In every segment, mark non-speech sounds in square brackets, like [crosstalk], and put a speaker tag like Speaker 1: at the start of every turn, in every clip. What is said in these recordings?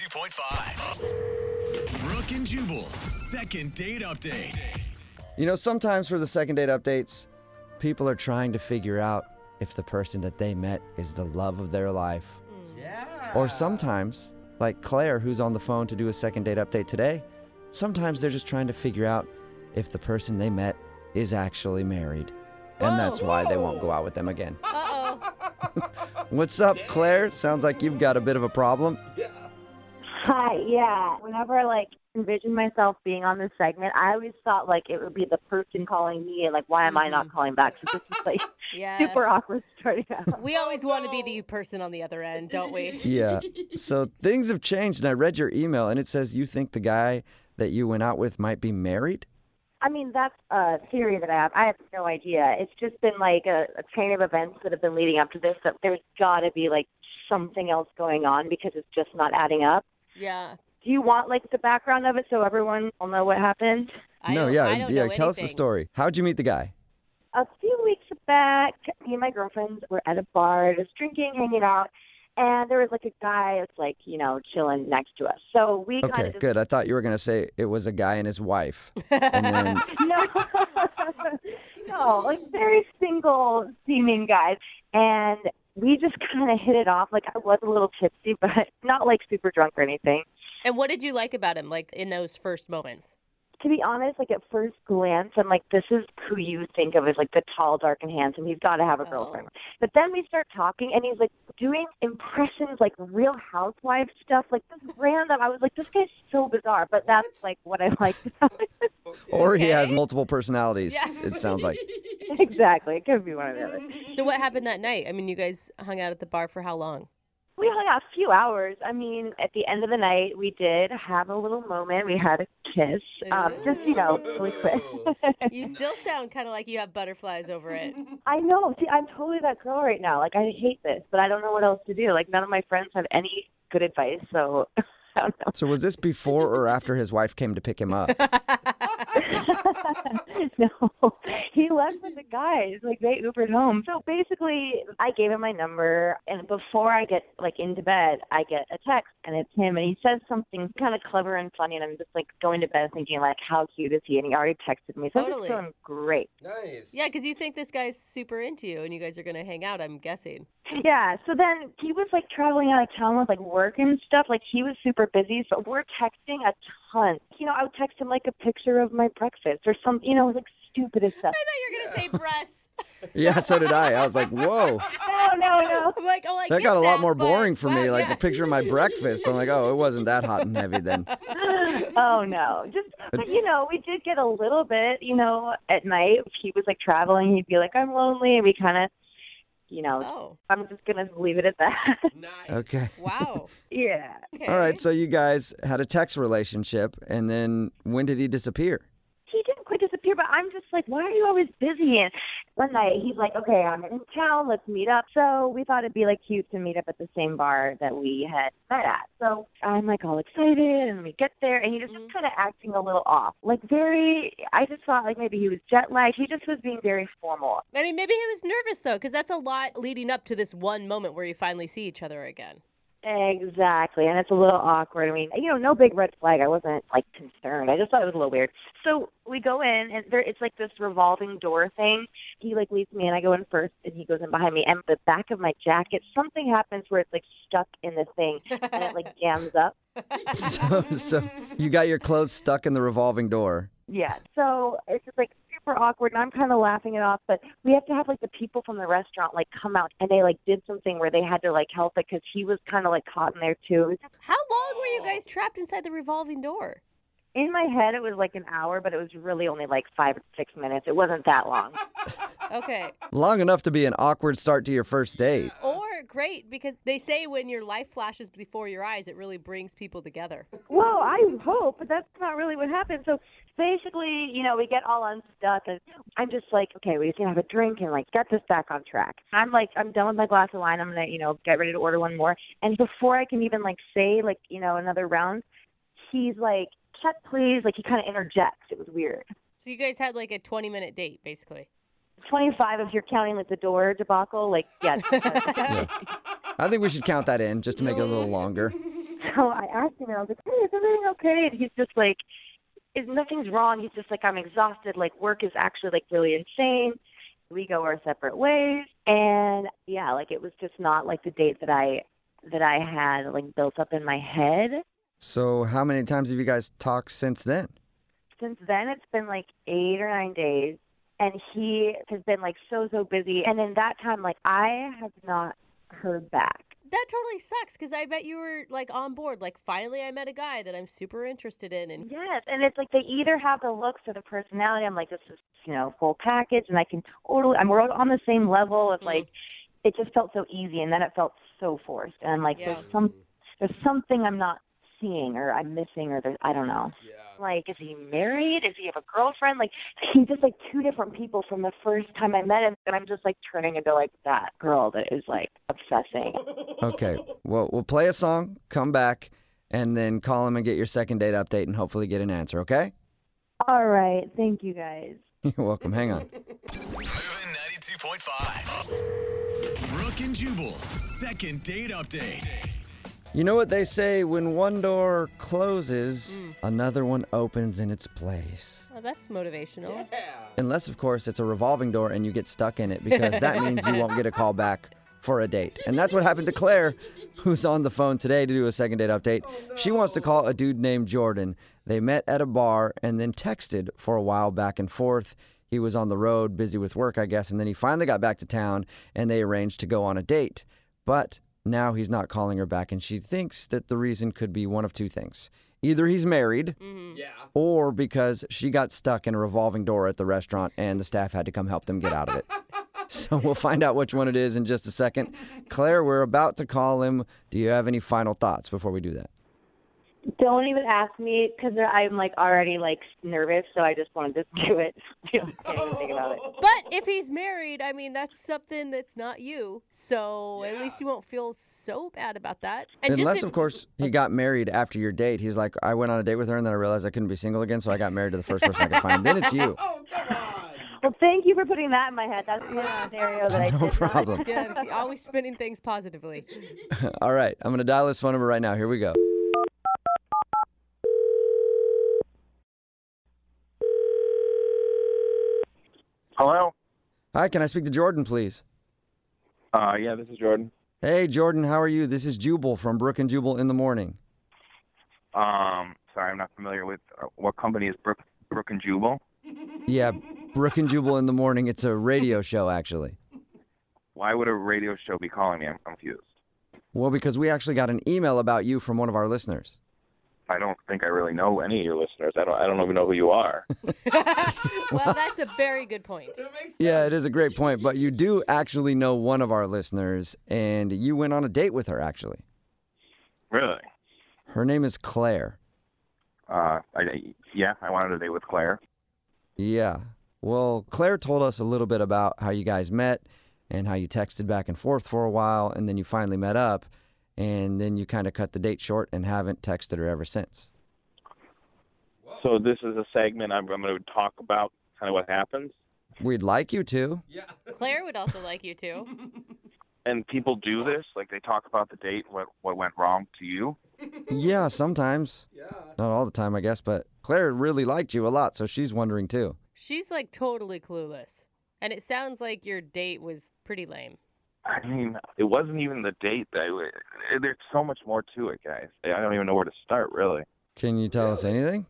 Speaker 1: 92.5. Brooke and Jubal's second date update.
Speaker 2: You know, sometimes for the second date updates, people are trying to figure out if the person that they met is the love of their life. Yeah. Or sometimes, like Claire, who's on the phone to do a second date update today, sometimes they're just trying to figure out if the person they met is actually married. And that's why they won't go out with them again.
Speaker 3: Uh-oh.
Speaker 2: [laughs] What's up, Claire? Sounds like you've got a bit of a problem.
Speaker 4: Hi, yeah. Whenever I like envisioned myself being on this segment, I always thought like it would be the person calling me and like why am I not calling back? So this is like
Speaker 3: Yeah.
Speaker 4: super awkward starting out.
Speaker 3: We always want to be the person on the other end, don't [laughs] we?
Speaker 2: Yeah. So things have changed, and I read your email, and it says you think the guy that you went out with might be married?
Speaker 4: I mean, that's a theory that I have. I have no idea. It's just been like a, a chain of events that have been leading up to this that there's gotta be like something else going on because it's just not adding up.
Speaker 3: Yeah.
Speaker 4: Do you want like the background of it so everyone will know what happened?
Speaker 3: I
Speaker 2: no,
Speaker 3: don't-
Speaker 2: yeah,
Speaker 3: I don't
Speaker 2: yeah.
Speaker 3: know
Speaker 2: Tell us the
Speaker 3: anything.
Speaker 2: story. How'd you meet the guy?
Speaker 4: a few weeks back, me and my girlfriends were at a bar, just drinking, hanging out, and there was like a guy that's like, you know, chilling next to us. So we kind
Speaker 2: Okay,
Speaker 4: of just
Speaker 2: good. I thought you were gonna say it was a guy and his wife, and
Speaker 3: [laughs]
Speaker 2: then
Speaker 4: [laughs] no, [laughs] no, like very single seeming guys, and we just kind of hit it off. Like I was a little tipsy, [laughs] but not like super drunk or anything.
Speaker 3: And what did you like about him, like in those first moments?
Speaker 4: to be honest, like at first glance, I'm like, this is who you think of as like the tall, dark, and handsome. He's got to have a
Speaker 3: Oh.
Speaker 4: girlfriend. But then we start talking, and he's like doing impressions, like Real Housewife stuff, like this random. I was like, this guy's so bizarre, but that's like what I like.
Speaker 2: or he has
Speaker 3: Okay.
Speaker 2: multiple personalities.
Speaker 3: Yeah.
Speaker 2: It sounds
Speaker 3: [laughs]
Speaker 2: like.
Speaker 4: [laughs] exactly, it could be one or the other.
Speaker 3: So what happened that night? I mean, you guys hung out at the bar for how long?
Speaker 4: We hung out a few hours. I mean, at the end of the night, we did have a little moment. We had a kiss, um, just you know, really quick.
Speaker 3: You still sound kind of like you have butterflies
Speaker 2: [laughs]
Speaker 3: over it.
Speaker 4: I know. See, I'm totally that girl right now. Like, I hate this, but I don't know what else to do. Like, none of my friends have any good advice, so [laughs] I don't know.
Speaker 2: So was this before or after his wife came to pick him
Speaker 3: [laughs]
Speaker 2: up?
Speaker 4: no, he left with the guys. Like, they Ubered home. So basically, I gave him my number, and before I get like into bed, I get a text, and it's him, and he says something kind of clever and funny, and I'm just like going to bed thinking like, how cute is he? And he already texted me, so I'm
Speaker 3: Totally.
Speaker 4: just feeling great.
Speaker 3: [laughs]
Speaker 5: Nice.
Speaker 3: yeah, because you think this guy's super into you, and you guys are gonna hang out. I'm guessing.
Speaker 4: Yeah. So then he was like traveling out of town with like work and stuff. Like he was super busy. So we're texting a ton. You know, I would text him like a picture of my breakfast or some, you know, like stupidest stuff.
Speaker 3: I thought you were gonna say
Speaker 2: [laughs]
Speaker 3: breasts. [laughs]
Speaker 2: Yeah, so did I. I was like, whoa,
Speaker 4: No, no,
Speaker 3: [laughs]
Speaker 4: no.
Speaker 3: I'm like, oh, I
Speaker 2: that
Speaker 3: get
Speaker 2: got a lot more
Speaker 3: but-
Speaker 2: boring for me.
Speaker 3: wow,
Speaker 2: Like
Speaker 3: yeah.
Speaker 2: the picture of my breakfast. I'm like, oh, it wasn't that hot and heavy
Speaker 3: [laughs]
Speaker 2: then.
Speaker 4: Oh no. Just but you know, we did get a little bit, you know, at night. If he was like traveling, he'd be like, I'm lonely and we kinda you know,
Speaker 3: Oh,
Speaker 4: I'm just gonna leave it at that. [laughs]
Speaker 5: Nice.
Speaker 2: Okay.
Speaker 3: wow.
Speaker 4: yeah.
Speaker 3: Okay.
Speaker 2: [laughs] All right. So you guys had a text relationship, and then when did he disappear?
Speaker 4: he didn't quite disappear, but I'm just like, why are you always busy? And one night he's like, okay, I'm in town, let's meet up. So we thought it'd be like cute to meet up at the same bar that we had met at. So I'm like all excited, and we get there, and he just kind of acting a little off, like very. I just thought like maybe he was jet lagged. He just was being very formal.
Speaker 3: I mean, maybe he was nervous though, because that's a lot leading up to this one moment where you finally see each other again.
Speaker 4: Exactly, and it's a little awkward. I mean, you know, no big red flag. I wasn't like concerned. I just thought it was a little weird. So we go in, and there it's like this revolving door thing. He like leads me, and I go in first, and he goes in behind me. And the back of my jacket, something happens where it's like stuck in the thing, and it like jams up.
Speaker 2: So, so you got your clothes stuck in the revolving door.
Speaker 4: Yeah. So it's just like super awkward, and I'm kind of laughing it off. But we have to have like the people from the restaurant like come out, and they like did something where they had to like help it because he was kind of like caught in there too. It was
Speaker 3: How long were you guys trapped inside the revolving door?
Speaker 4: In my head, it was like an hour, but it was really only like five or six minutes. It wasn't that long.
Speaker 3: Okay.
Speaker 2: Long enough to be an awkward start to your first date.
Speaker 3: Or great, because they say when your life flashes before your eyes, it really brings people together.
Speaker 4: well, I hope, but that's not really what happened. So basically, you know, we get all unstuck, and I'm just like, okay, we just gonna have a drink and like get this back on track. I'm like, I'm done with my glass of wine. I'm gonna, you know, get ready to order one more. And before I can even like say like, you know, another round, he's like, check please. Like he kind of interjects. It was weird.
Speaker 3: So you guys had like a 20 minute date, basically.
Speaker 4: 25 if you're counting like the door debacle. Like, yeah.
Speaker 2: I think we should count that in just to make it a little longer.
Speaker 4: [laughs] So I asked him, and I was like, "Hey, is everything okay?" And he's just like, "Is nothing's wrong?" He's just like, "I'm exhausted. Like work is actually like really insane." We go our separate ways, and yeah, like it was just not like the date that I that I had like built up in my head.
Speaker 2: So, how many times have you guys talked since then?
Speaker 4: Since then, it's been like eight or nine days, and he has been like so so busy. And in that time, like I have not heard back.
Speaker 3: That totally sucks because I bet you were like on board. Like, finally, I met a guy that I'm super interested in, and
Speaker 4: Yes, and it's like they either have the looks or the personality. I'm like, this is you know full package, and I can totally. I'm we're on the same level of like, it just felt so easy, and then it felt so forced. And I'm like,
Speaker 3: Yeah.
Speaker 4: there's some, there's something I'm not seeing or I'm missing or there's I don't know.
Speaker 5: Yeah.
Speaker 4: Like, is he married? Does he have a girlfriend? Like, he's just like two different people from the first time I met him, and I'm just like turning into like that girl that is like obsessing.
Speaker 2: Okay. Well, we'll play a song, come back, and then call him and get your second date update and hopefully get an answer, okay? [laughs]
Speaker 4: All right, thank you guys.
Speaker 2: You're welcome. Hang on.
Speaker 1: Moving 92.5. Brooke and Jubal's second date update.
Speaker 2: You know what they say when one door closes, another one opens in its place.
Speaker 3: oh, that's motivational.
Speaker 2: Unless, of course, it's a revolving door and you get stuck in it because that means you won't get a call back for a date. And that's what happened to Claire, who's on the phone today to do a second date update. She wants to call a dude named Jordan. They met at a bar and then texted for a while back and forth. He was on the road, busy with work, I guess, and then he finally got back to town and they arranged to go on a date. But now he's not calling her back, and she thinks that the reason could be one of two things. Either he's married,
Speaker 5: Yeah.
Speaker 2: or because she got stuck in a revolving door at the restaurant and the staff had to come help them get out of it. So we'll find out which one it is in just a second. Claire, we're about to call him. Do you have any final thoughts before we do that?
Speaker 4: Don't even ask me because I'm like already like nervous, so I just want to [laughs] just do it. I don't can't even
Speaker 2: [laughs]
Speaker 4: think about it.
Speaker 3: But if he's married, I mean, that's something that's not you. So at least you won't feel so bad about that. And
Speaker 2: Unless,
Speaker 3: just
Speaker 2: of course, he got married after your date. He's like, I went on a date with her and then I realized I couldn't be single again, so I got married to the first person I could find. Then it's you.
Speaker 5: Oh, come on.
Speaker 4: Well, thank you for putting that in my head. That's
Speaker 2: [laughs]
Speaker 4: the scenario that I
Speaker 2: No
Speaker 4: did not-
Speaker 2: problem.
Speaker 3: [laughs] Yeah, always spinning things positively.
Speaker 2: All right, I'm going to dial his phone number right now. Here we go.
Speaker 6: Hello.
Speaker 2: Hi, can I speak to Jordan, please?
Speaker 6: Uh, yeah, this is Jordan.
Speaker 2: Hey, Jordan, how are you? This is Jubal from Brook and Jubal in the Morning.
Speaker 6: Um, sorry, I'm not familiar with uh, what company is Brook, Brook and Jubal.
Speaker 2: Yeah, Brook and Jubal in the morning. It's a radio show, actually.
Speaker 6: Why would a radio show be calling me? I'm confused.
Speaker 2: Well, because we actually got an email about you from one of our listeners.
Speaker 6: I don't think I really know any of your listeners. I don't. I don't even know who you are.
Speaker 3: well, that's a very good point.
Speaker 5: That makes sense.
Speaker 2: Yeah, it is a great point, but you do actually know one of our listeners, and you went on a date with her, actually.
Speaker 6: really?
Speaker 2: Her name is Claire.
Speaker 6: Uh, I, yeah, I wanted a date with Claire.
Speaker 2: Yeah. Well, Claire told us a little bit about how you guys met and how you texted back and forth for a while, and then you finally met up, and then you kind of cut the date short and haven't texted her ever since.
Speaker 6: So this is a segment I'm, I'm going to talk about kind of what happens,
Speaker 2: We'd like you to.
Speaker 3: Claire would also like you [laughs] too.
Speaker 6: and people do this. Like they talk about the date, what what went wrong to you.
Speaker 2: Yeah, sometimes.
Speaker 5: Yeah.
Speaker 2: Not all the time, I guess, but Claire really liked you a lot, so she's wondering too.
Speaker 3: She's like totally clueless. And it sounds like your date was pretty lame.
Speaker 6: I mean, it wasn't even the date. That I, there's so much more to it, guys. I don't even know where to start, really.
Speaker 2: Can you tell us anything?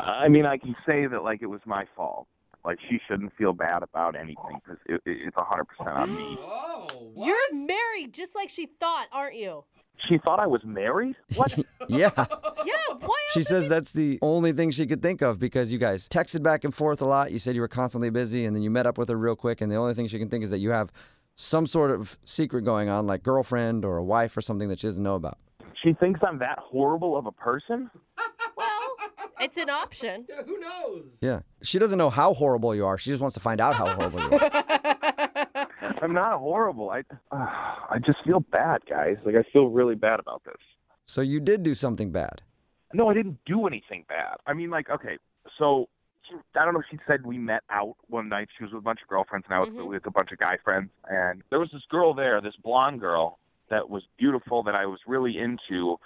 Speaker 6: I mean, I can say that like it was my fault. Like she shouldn't feel bad about anything because it, it, it's a hundred percent on me.
Speaker 5: Oh, what?
Speaker 3: You're married just like she thought, aren't [laughs] you?
Speaker 6: She thought I was married. What?
Speaker 2: yeah.
Speaker 3: Yeah, why
Speaker 2: She says that's the only thing she could think of because you guys texted back and forth a lot. You said you were constantly busy and then you met up with her real quick. And the only thing she can think is that you have some sort of secret going on, like girlfriend or a wife or something that she doesn't know about.
Speaker 6: she thinks I'm that horrible of a person.
Speaker 3: Well, it's an [laughs] option.
Speaker 5: Yeah, who knows?
Speaker 2: Yeah. She doesn't know how horrible you are. She just wants to find out how horrible you are.
Speaker 6: I'm not horrible. I [sighs] I just feel bad, guys. Like I feel really bad about this.
Speaker 2: So you did do something bad.
Speaker 6: No, I didn't do anything bad. I mean, like okay, so. She, I don't know. She said we met out one night. She was with a bunch of girlfriends, and I was
Speaker 3: Mhm.
Speaker 6: with a bunch of guy friends. And there was this girl there, this blonde girl, that was beautiful that I was really into,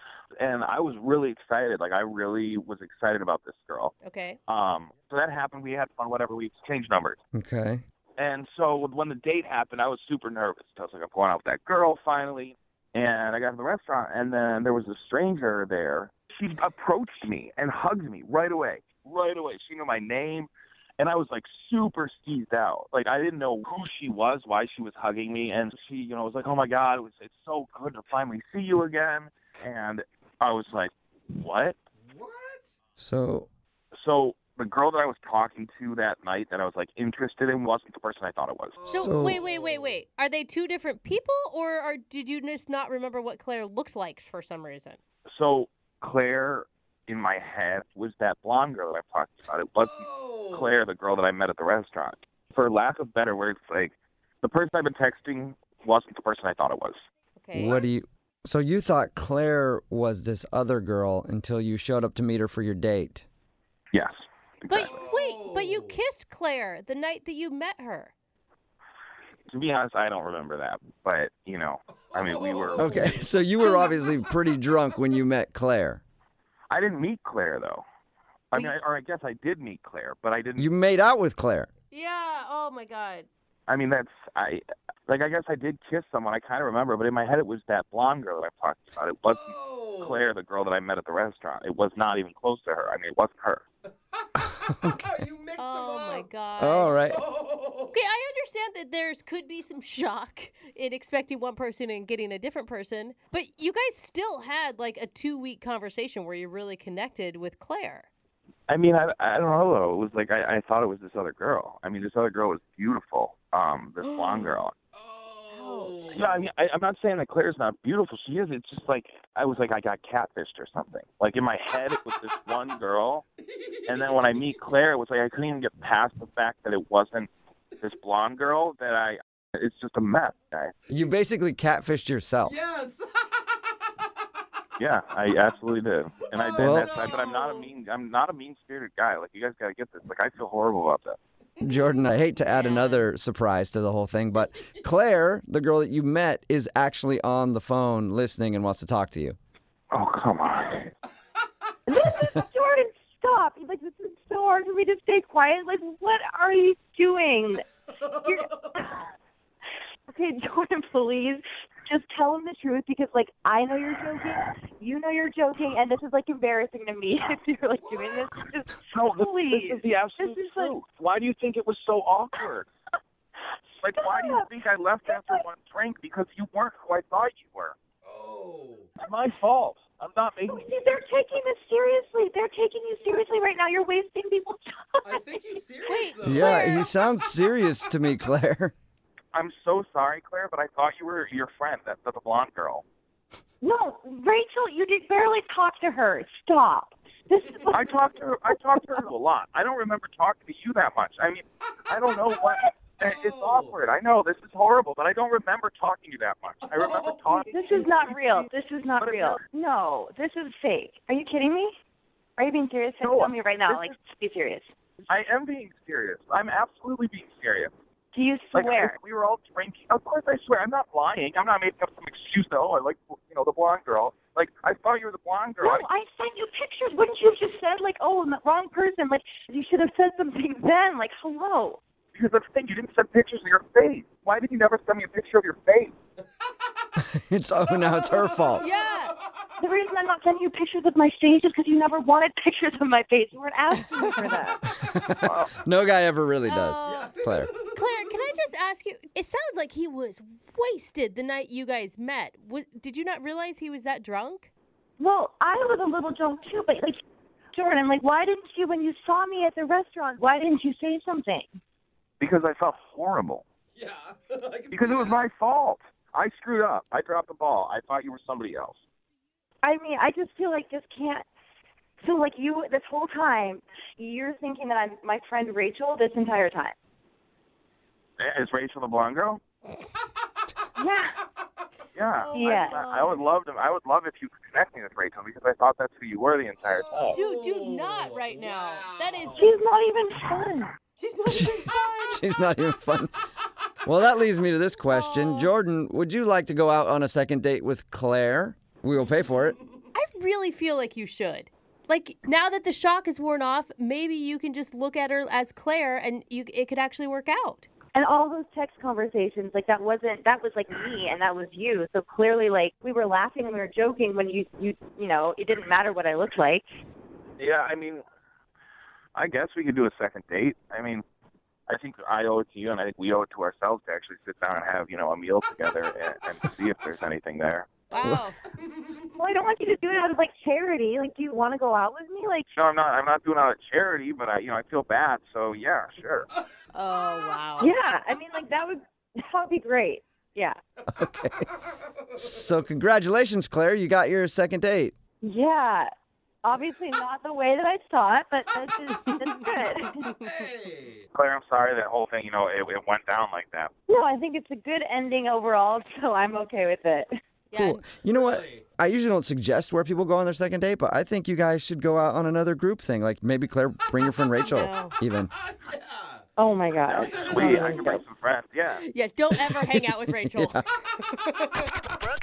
Speaker 6: and I was really excited. Like I really was excited about this girl.
Speaker 3: Okay.
Speaker 6: Um, so that happened. We had fun. Whatever. We exchanged numbers.
Speaker 2: Okay.
Speaker 6: And so when the date happened, I was super nervous. I was like, I'm going out with that girl finally. And I got to the restaurant, and then there was a stranger there. She approached me and hugged me right away, right away. She knew my name, and I was like super steezed out. Like I didn't know who she was, why she was hugging me, and she, you know, was like, "Oh my God, it was, it's so good to finally see you again." And I was like, "What?"
Speaker 5: What?
Speaker 2: So,
Speaker 6: So the girl that I was talking to that night, that I was like interested in, wasn't the person I thought it was.
Speaker 3: So,
Speaker 2: So-
Speaker 3: wait, wait, wait, wait. Are they two different people, or are, did you just not remember what Claire looked like for some reason?
Speaker 6: So Claire, in my head, was that blonde girl that I talked about. It wasn't
Speaker 5: Oh.
Speaker 6: Claire, the girl that I met at the restaurant. For lack of better words, like the person I've been texting wasn't the person I thought it was.
Speaker 3: Okay.
Speaker 2: what do you? So you thought Claire was this other girl until you showed up to meet her for your date.
Speaker 6: Yes.
Speaker 3: But
Speaker 6: exactly.
Speaker 3: wait, but you
Speaker 5: Oh.
Speaker 3: kissed Claire the night that you met her.
Speaker 6: to be honest, I don't remember that. But you know, I mean, we were.
Speaker 2: Okay. [laughs] So you were obviously pretty drunk when you met Claire.
Speaker 6: I didn't meet Claire though. I
Speaker 3: Well,
Speaker 6: mean, I, or I guess I did meet Claire, but I didn't.
Speaker 2: You made out with Claire.
Speaker 3: Yeah. Oh my God.
Speaker 6: I mean, that's I. Like, I guess I did kiss someone. I kind of remember, but in my head, it was that blonde girl that I talked about. It wasn't
Speaker 5: Oh.
Speaker 6: Claire, the girl that I met at the restaurant. It was not even close to her. I mean, it wasn't her.
Speaker 5: you mixed
Speaker 3: Oh my
Speaker 5: them
Speaker 3: God.
Speaker 2: All right.
Speaker 5: up. Oh.
Speaker 3: Okay, I understand that there's could be some shock in expecting one person and getting a different person, but you guys still had like a two week conversation where you really connected with Claire.
Speaker 6: I mean, I I don't know though. It was like I, I thought it was this other girl. I mean, this other girl was beautiful. Um, this blonde girl.
Speaker 5: Oh.
Speaker 6: Yeah, I mean, I, I'm not saying that Claire's not beautiful. She is. It's just like I was like I got catfished or something. Like in my head, it was this one girl, and then when I meet Claire, it was like I couldn't even get past the fact that it wasn't this blonde girl. That I, it's just a mess. I,
Speaker 2: You basically catfished yourself.
Speaker 5: Yes.
Speaker 6: yeah, I absolutely did. And I did.
Speaker 2: Oh,
Speaker 6: that's, I, but I'm not a
Speaker 5: no.
Speaker 6: mean. I'm not a mean-spirited guy. Like you guys gotta get this. Like I feel horrible about that.
Speaker 2: Jordan, I hate to add
Speaker 3: Yeah.
Speaker 2: another surprise to the whole thing, but Claire, the girl that you met, is actually on the phone listening and wants to talk to you.
Speaker 6: Oh come on.
Speaker 2: [laughs]
Speaker 4: This is Jordan. Stop! Like this is so hard for me to stay quiet. Like, what are you doing? You're... [laughs] okay, Jordan, please just tell him the truth because, like, I know you're joking. You know you're joking, and this is like embarrassing to me [laughs] if you're like doing this. Just
Speaker 6: No, this,
Speaker 4: please.
Speaker 6: this is the absolute
Speaker 4: This is like-
Speaker 6: truth. why do you think it was so awkward?
Speaker 4: [laughs]
Speaker 6: like, why do you think I left after one drink because you weren't who I thought you were?
Speaker 5: Oh.
Speaker 6: It's my fault. I'm not making.
Speaker 4: See, They're taking this seriously. They're taking you seriously right now. You're wasting people's time.
Speaker 5: I think he's serious
Speaker 3: Wait,
Speaker 5: though.
Speaker 2: Yeah, he sounds serious to me, Claire. [laughs]
Speaker 6: I'm so sorry, Claire, but I thought you were your friend, that the blonde girl.
Speaker 4: No, Rachel, you did barely talk to her. Stop. This is
Speaker 6: I talked to her. I talked to her a lot. I don't remember talking to you that much. I mean, I don't know what. eh, It's
Speaker 4: Oh.
Speaker 6: awkward. I know this is horrible, but I don't remember talking to you that much. I remember talking.
Speaker 4: Oh, this is not real. This is not
Speaker 6: But it's
Speaker 4: real. No,
Speaker 6: not-
Speaker 4: this is fake. Are you kidding me? Are you being serious?
Speaker 6: No,
Speaker 4: Tell me right now.
Speaker 6: this
Speaker 4: Like, be serious.
Speaker 6: I am being serious. I'm absolutely being serious.
Speaker 4: Do you
Speaker 6: Like, I-
Speaker 4: swear?
Speaker 6: we were all drinking. Of course, I swear. I'm not lying. I'm not making up some excuse, though. I like, you know, the blonde girl. Like, I thought you were the blonde girl.
Speaker 4: No, I sent you pictures. Wouldn't you have just said like, "Oh, I'm the wrong person"? Like, you should have said something [laughs] then. Like, hello.
Speaker 6: Because that's the thing. You didn't send pictures of your face. Why did you never send me a picture of your face?
Speaker 2: It's oh now it's her fault.
Speaker 3: Yeah.
Speaker 4: The reason I'm not sending you pictures of my face is because you never wanted pictures of my face. You weren't asking for that.
Speaker 2: No guy ever really does.
Speaker 3: Uh,
Speaker 2: Claire.
Speaker 3: Claire, can I just ask you? It sounds like he was wasted the night you guys met. Wa- did you not realize he was that drunk?
Speaker 4: Well, I was a little drunk too, but like, Jordan, like, why didn't you when you saw me at the restaurant? Why didn't you say something?
Speaker 6: Because I felt horrible.
Speaker 5: Yeah. [laughs] I can
Speaker 6: Because
Speaker 5: see
Speaker 6: it was
Speaker 5: that.
Speaker 6: my fault. I screwed up. I dropped the ball. I thought you were somebody else.
Speaker 4: I mean, I just feel like this can't. So, like, you this whole time, you're thinking that I'm my friend Rachel this entire time.
Speaker 6: Eh, Is Rachel the blonde girl?
Speaker 4: Yeah.
Speaker 6: Yeah.
Speaker 4: Yeah.
Speaker 6: I, I would love to. I would love if you could connect me with Rachel because I thought that's who you were the entire
Speaker 5: Oh,
Speaker 6: time.
Speaker 3: Dude, do not right now. That is [laughs]
Speaker 5: Wow.
Speaker 3: the She's
Speaker 4: She's not even fun.
Speaker 3: not even fun.
Speaker 2: She's not even fun. Well, that leads me to this
Speaker 3: Oh.
Speaker 2: question. Jordan, would you like to go out on a second date with Claire? We will pay for it.
Speaker 3: I really feel like you should. Like now that the shock is worn off, maybe you can just look at her as Claire, and you it could actually work out.
Speaker 4: And all those text conversations, like that wasn't that was like me and that was you. So clearly like we were laughing and we were joking when you you you know, it didn't matter what I looked like.
Speaker 6: Yeah, I mean, I guess we could do a second date. I mean, I think I owe it to you, and I think we owe it to ourselves to actually sit down and have you know a meal together and, and see if there's anything there.
Speaker 3: Wow.
Speaker 4: Well, I don't want you to do it out of like charity. Like, do you want to go out with me? Like,
Speaker 6: No, I'm not. I'm not doing it out of charity, but I you know I feel bad, so yeah, sure.
Speaker 3: oh wow.
Speaker 4: yeah. I mean, like that would [laughs] that would be great. Yeah.
Speaker 2: So, congratulations, Claire. You got your second date.
Speaker 4: Yeah. Obviously not the way that I saw it, but that's just that's good. [laughs]
Speaker 5: Hey.
Speaker 6: Claire, I'm sorry that whole thing you know it, it went down like that.
Speaker 4: No, I think it's a good ending overall, so I'm okay with it.
Speaker 3: Yeah,
Speaker 2: Cool. You know what?
Speaker 5: Really?
Speaker 2: I usually don't suggest where people go on their second date, but I think you guys should go out on another group thing. Like maybe Claire, bring your
Speaker 3: [laughs]
Speaker 2: friend Rachel,
Speaker 3: No.
Speaker 2: even.
Speaker 5: Yeah.
Speaker 4: Oh my gosh.
Speaker 6: Sweet, I can bring some friends. Yeah.
Speaker 3: Yeah, don't ever hang out
Speaker 2: [laughs]
Speaker 3: with Rachel.
Speaker 7: Brooke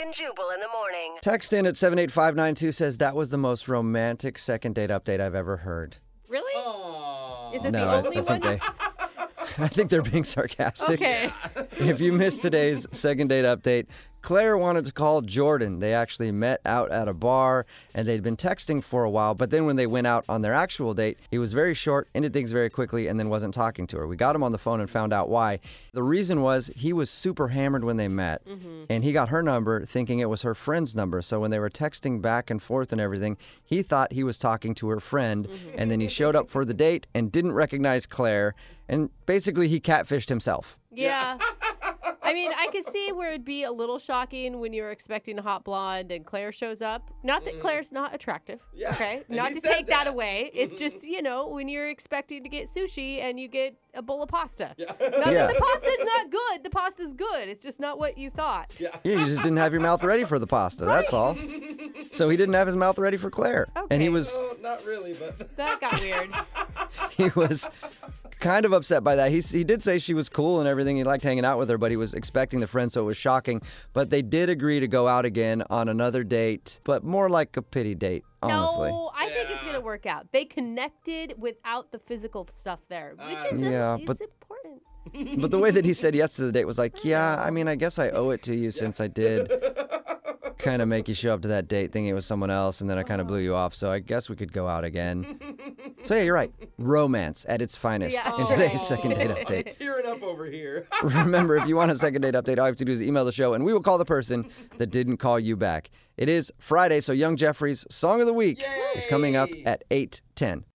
Speaker 7: and Jubal in the morning.
Speaker 2: Text in at 78592 says that was the most romantic second date update I've ever heard.
Speaker 3: Really?
Speaker 5: Aw.
Speaker 3: Is it
Speaker 2: No,
Speaker 3: the
Speaker 2: I,
Speaker 3: only
Speaker 2: I
Speaker 3: one?
Speaker 2: think they. [laughs] I think they're being sarcastic.
Speaker 3: Okay.
Speaker 2: [laughs] If you missed today's second date update, Claire wanted to call Jordan. They actually met out at a bar and they'd been texting for a while, but then when they went out on their actual date, he was very short, ended things very quickly, and then wasn't talking to her. We got him on the phone and found out why. The reason was he was super hammered when they met and he got her number thinking it was her friend's number. So when they were texting back and forth and everything, he thought he was talking to her friend and then he showed up for the date and didn't recognize Claire and basically he catfished himself.
Speaker 3: Yeah. I mean, I could see where it'd be a little shocking when you're expecting a hot blonde and Claire shows up. Not that Claire's not attractive.
Speaker 5: Yeah,
Speaker 3: Okay.
Speaker 5: and
Speaker 3: Not
Speaker 5: he
Speaker 3: to
Speaker 5: said
Speaker 3: take that,
Speaker 5: that.
Speaker 3: away. It's just, you know, when you're expecting to get sushi and you get a bowl of pasta. Not
Speaker 2: Yeah.
Speaker 3: that the pasta's not good. The pasta's good. It's just not what you thought.
Speaker 2: Yeah, you just didn't have your mouth ready for the pasta. That's all. So he didn't have his mouth ready for Claire, and he
Speaker 3: Okay.
Speaker 2: was
Speaker 5: Oh, not really, but [laughs]
Speaker 3: That got weird.
Speaker 2: he was kind of upset by that. He s- he did say she was cool and everything. He liked hanging out with her, but he was expecting the friend, so it was shocking. But they did agree to go out again on another date, but more like a pity date, honestly.
Speaker 3: No, I think it's gonna work out. They connected without the physical stuff there, which is
Speaker 2: Yeah,
Speaker 3: yeah, it's
Speaker 2: but-
Speaker 3: important.
Speaker 2: But the way that he said yes to the date was like, yeah, I mean, I guess I owe it to you since I did kind of make you show up to that date thinking it was someone else, and then I kind of blew you off. So I guess we could go out again. So yeah, you're right. Romance at its finest
Speaker 3: Yeah.
Speaker 2: in today's
Speaker 5: Oh.
Speaker 2: second date update.
Speaker 5: tearing up over here. [laughs]
Speaker 2: Remember, if you want a second date update, all you have to do is email the show, and we will call the person that didn't call you back. It is Friday, so Young Jeffrey's song of the week is coming up
Speaker 5: Yay.
Speaker 2: at eight ten.